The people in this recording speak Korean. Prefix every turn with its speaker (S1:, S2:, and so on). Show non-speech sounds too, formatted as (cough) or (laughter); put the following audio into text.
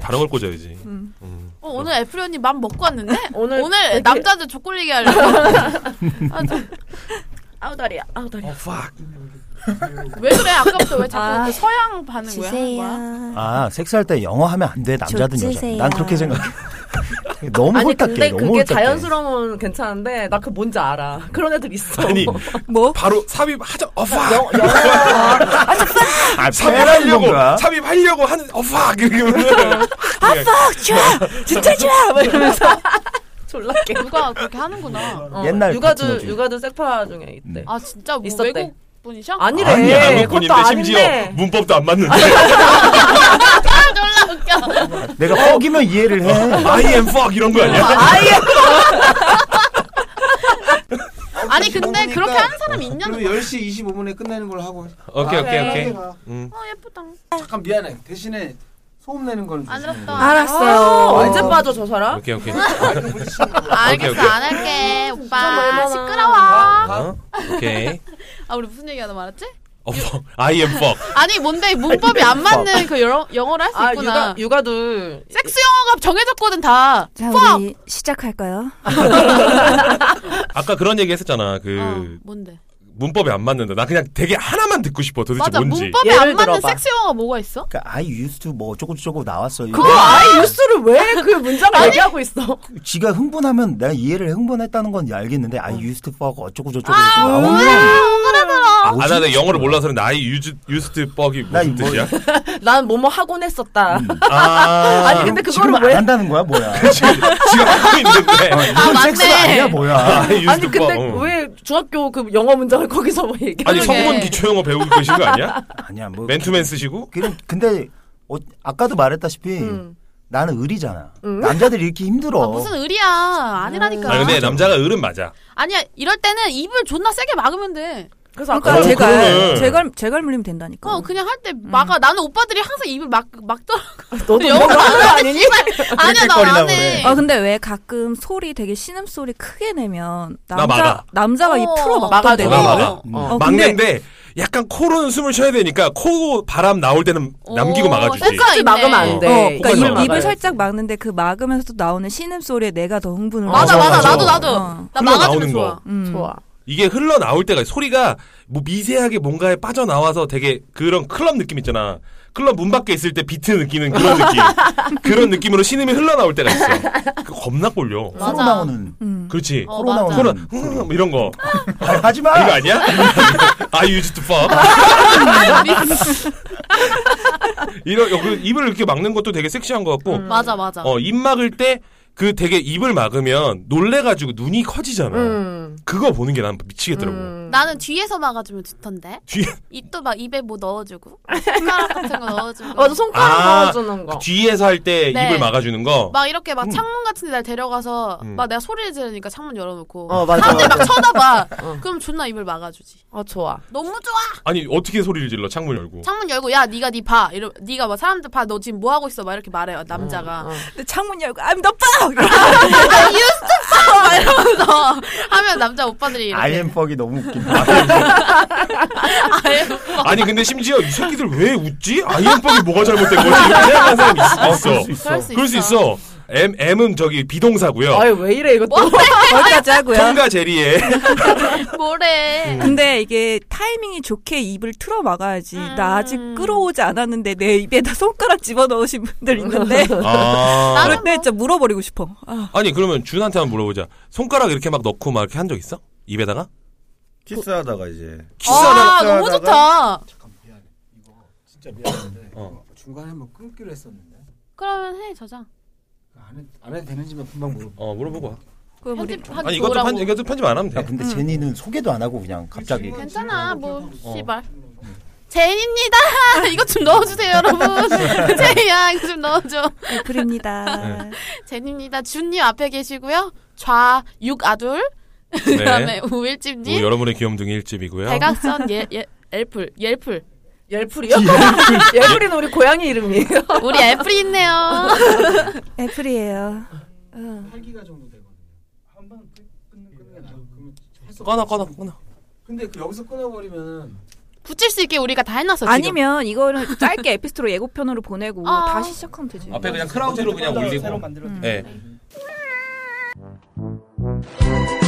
S1: 다른 걸 꽂아야지.
S2: 음.
S1: 음.
S3: 어, 오늘 애플 언니 맘 먹고 왔는데?
S2: (laughs) 오늘
S3: 오늘 남자들 족골리게
S2: (laughs)
S3: 하려고. 아, 저-
S2: 아우 다리야 아우 다리야.
S3: 왜 그래? 아까부터 왜 자꾸
S4: 아.
S3: 그 서양 반응 왜 하는 거야?
S4: 주세요.
S5: 아 섹스할 때 영어 하면 안 돼 남자든 여자든
S4: 주세요.
S5: 난 그렇게 생각해
S2: (laughs)
S5: 너무
S2: 아니
S5: 홀딱해
S2: 근데
S5: 너무
S2: 그게
S5: 홀딱해.
S2: 자연스러운 괜찮은데 나 그 뭔지 알아. 그런 애들 있어.
S1: 아니
S4: 뭐?
S1: 바로 삽입하자
S2: 영,
S1: 어팍
S2: 영어
S5: 아 패라는
S1: 삽입하려고
S5: 건가
S1: 삽입하려고 하는 어팍 이러면
S4: 막 좋아, 진짜 좋아.
S2: (laughs)
S4: 막 이러면서
S2: 졸라 깨.
S3: 누가 그렇게 하는구나.
S2: 어,
S5: 옛날
S2: 육아주
S5: 파트너지.
S2: 육아주 세파 중에 있대.
S3: 아, 진짜 뭐
S2: 있었대.
S3: 외국 분이셔?
S2: 아니래.
S1: 아니
S2: 네, 그것도
S1: 한국분인데 심지어
S2: 아닌데.
S1: 문법도 안 맞는데
S3: 졸라 아, 웃겨.
S5: 내가 뻑이면 이해를 그러니까 해
S1: I am fuck 이런 거 아니야?
S3: 아니, 근데 그렇게 하는 사람
S1: 어,
S3: 있냐는 거야.
S6: 그러면 10시 25분에 끝내는 걸 하고
S1: 오케이 오케이
S6: 아,
S1: 오케이.
S6: 편하게 가.
S1: 음.
S3: 어, 예쁘다.
S6: 잠깐 미안해 대신에 소음 내는 건
S3: 안
S6: 조심해. 아,
S3: 들었다.
S2: 아,
S4: 알았어요.
S2: 언제 빠져 저 사람?
S1: 오케이 오케이.
S3: 알겠어,
S1: 아, 오케이, 음, 오케이.
S3: 안 할게. 오빠,
S2: 얼마나-
S3: 시끄러워.
S1: 어? 오케이.
S3: 아, 우리 무슨 얘기 하다 말았지?
S1: 어, fuck. I am fuck.
S3: 아니, 뭔데, 문법이 안 맞는 그 영어, 영어를 할 수
S2: 아
S1: 예.
S3: 있구나.
S2: 육아 육아주
S3: 섹스 영어가 정해졌거든, 다.
S4: 자 우리 시작할까요?
S1: 아까 그런 얘기 했었잖아. 그
S3: 어, 뭔데?
S1: 문법이 안 맞는다. 나 그냥 되게 하나만 듣고 싶어. 도대체
S3: 맞아,
S1: 뭔지. 음.
S3: 문법이
S2: 예를
S3: 안 맞는
S2: 들어봐.
S3: 섹스 영어가 뭐가 있어?
S5: 그러니까 I used to 뭐 어쩌고 저쩌고 나왔어 이거
S2: 그거 아예 뉴스를 왜 그 문장을 얘기하고 있어?
S5: 지가 흥분하면 내가 이해를 해. 흥분했다는 건 알겠는데 I used to fuck 어쩌고 저쩌고
S3: 아,
S5: 나오면
S3: 뭐야,
S1: 아, 나, 나
S5: 오지.
S1: 영어를 몰라서 그래. 나이 유즈, 유스트 뻑이
S5: 나
S1: 무슨
S5: 뭐-
S1: 뜻이야?
S2: 난 뭐뭐 하곤 했었다.
S1: 아,
S2: 아니 근데
S5: 지금
S2: 그거를
S5: 안
S2: 왜?
S5: 한다는
S2: (laughs)
S5: 거야 뭐야
S1: 지금, 지금 하고 있는데.
S3: 아,
S5: 섹스 어, 아니야
S3: 맞네.
S5: 뭐야
S1: 아, 유즈드
S2: 아니 근데
S1: 뻑, 어.
S2: 왜 중학교 그 영어 문장을 (laughs) 거기서 뭐 얘기해?
S1: 아니,
S3: 그러게.
S1: 성문 기초영어 배우고 계신 거 아니야?
S5: 아니야 뭐
S1: 맨투맨 쓰시고?
S5: 그럼 근데 어, 아까도 말했다시피
S2: 음.
S5: 나는 의리잖아 남자들이 이렇게 힘들어
S3: 아, 무슨 의리야. 아니라니까.
S1: 아, 근데 남자가 을은 맞아.
S3: 아니야, 이럴 때는 입을 존나 세게 막으면 돼.
S2: 그래서 아까
S4: 그러니까
S1: 어,
S2: 제가
S4: 제가
S1: 그러네.
S4: 제가 제가 물리면 된다니까.
S1: 음.
S3: 어, 그냥 할 때 막아. 나는 오빠들이 항상 입을 막, 막더라고.
S2: 아, 너도
S3: 영어
S2: 영어 아니니?
S3: 아니야, 나
S5: 낄낄거리나
S3: 안 해.
S5: 그래.
S4: 아 근데 왜 가끔 소리 되게 신음 소리 크게 내면 남자
S1: 막아.
S4: 남자가 이
S3: 어,
S4: 풀어
S2: 막아줘.
S4: 막던데.
S1: 내가 막아.
S4: 어, 근데-
S1: 막는데, 약간 코로는 숨을 쉬어야 되니까, 코 바람 나올 때는 남기고
S3: 어,
S1: 막아주지.
S3: 섹스-
S2: 끝까지 그 막으면 안 돼.
S4: 어,
S1: 입을
S4: 그러니까
S1: 막아요.
S4: 입, 입을 살짝 막는데 그 막으면서 또 나오는 신음 소리에 내가 더 흥분을.
S3: 맞아,
S1: 어,
S3: 맞아.
S1: 맞아.
S3: 나도, 나도.
S4: 어.
S3: 나
S1: 흘러나오는 거.
S3: 막아주면 좋아.
S4: 음.
S2: 좋아.
S1: 이게 흘러나올 때가 있어. 소리가 뭐 미세하게 뭔가에 빠져나와서 되게 그런 클럽 느낌 있잖아. 클럽 문 밖에 있을 때 비트 느끼는 그런 (laughs) 느낌. 그런 느낌으로 신음이 흘러나올 때가 (laughs) 있어. 그거 겁나 꼴려.
S5: 코로
S3: 맞아.
S5: 나오는
S4: 음.
S1: 그렇지.
S3: 어,
S5: 코로
S3: 맞아.
S1: 코로,
S5: 나오는
S1: 음, 이런 거.
S5: 아, 하지마
S1: 이거 아니야? (laughs) I used to fuck. 이런, 어, 그 입을 이렇게 막는 것도 되게 섹시한 것 같고,
S3: 맞아, 음, 맞아.
S1: 어, 입 막을 때 그 되게 입을 막으면 놀래가지고 눈이 커지잖아.
S2: 음.
S1: 그거 보는 게 난 미치겠더라고.
S3: 나는 뒤에서 막아주면 좋던데.
S1: 뒤에
S3: 입도 막 입에 뭐 넣어주고. 손가락 같은 거 넣어주고.
S2: 맞아 손가락
S1: 아,
S2: 넣어주는 거.
S1: 뒤에서 할 때
S3: 네.
S1: 입을 막아주는 거.
S3: 막 이렇게 막 창문 같은 데날 데려가서
S1: 음.
S3: 막 내가 소리를 지르니까 창문 열어놓고
S2: 어, 맞아, 어.
S3: 사람들이 막
S2: 맞아.
S3: 쳐다봐 그럼 존나 입을 막아주지
S2: 어 좋아.
S3: 너무 좋아
S1: 아니 어떻게 소리를 질러 창문 열고.
S3: 창문 열고 야 네가 네봐 이러 네가 막 사람들 봐 너 지금 뭐 하고 있어 막 이렇게 말해요 남자가
S1: 음.
S2: 어.
S4: 근데 창문 열고 아, I'm the fuck. (laughs)
S3: 막 이러면서 (laughs) 하면 남자 오빠들이 이렇게
S5: I am fuck이 너무 웃긴다
S3: 아예
S1: 아니 근데 심지어 이 새끼들 왜 웃지? 아이엠빵이 뭐가 잘못된 거지? 이렇게 생각하는 사람이 있을 수도 있어.
S3: 그럴 수 있어
S1: 그럴 수 있어. M M은 저기 비동사고요.
S2: 아유 왜 이래 이것도.
S4: 거기까지 하고요.
S1: 통과 제리에 음,
S3: 뭐래 아,
S4: 근데 이게 타이밍이 좋게 입을 틀어 막아야지. 나 아직 끌어오지 않았는데 내 입에다 손가락 집어 넣으신 분들 (laughs) 있는데.
S1: 아.
S4: 그런데 진짜 물어버리고 싶어. 아,
S1: 아니 그러면 준한테 한번 물어보자. 손가락 이렇게 막 넣고 막 이렇게 한 적 있어? 입에다가?
S7: 키스하다가 이제
S3: 아 너무 좋다
S6: 진짜 미안한데
S1: 어.
S6: 중간에 한번 끊기로 했었는데 그러니까
S3: 그러면 해 저장
S6: 안, 해, 안 해도 되는지 몇 분만 물어봐
S1: 어 물어보고 와.
S4: 그럼 우리
S3: 편집하기
S1: 아니 이것도
S3: 좋으라고
S1: 편 이것도 편집 안 하면
S5: 야
S1: 돼. 뭐
S5: 근데 제니는 소개도 안 하고 그냥 갑자기
S3: 괜찮아 뭐 씨발
S1: 어.
S3: 제인입니다 (laughs) 이것 좀 넣어주세요 여러분 (laughs) 제이야 이거 좀 넣어줘
S4: 애플입니다.
S3: 제니입니다. 준님 앞에 계시고요. 좌육 아둘, (laughs) 그다음에
S1: 네. 뭐,
S3: 우일집님,
S1: 여러분의 귀염둥이 일집이고요.
S3: 대각선 예, 예, 엘플, 옐플.
S2: 열풀이요? 열풀이는 우리 고양이 이름이에요.
S3: 우리 애플이 있네요.
S4: 애플이에요. 어.
S6: 8기가 정도 되거든요 한번 끊는 게 나아 그러면
S1: 꺼놔 꺼놔 꺼놔.
S6: 근데 그 여기서 끊어버리면
S3: 붙일 수 있게 우리가 다 해놨어. 지금.
S4: 아니면 이거를 짧게 에피스트로 예고편으로 보내고
S3: 아.
S4: 다시 시작하면 되지.
S1: 앞에 네. 그냥 크라운지로 그냥 올리고.
S4: 음.
S1: 예.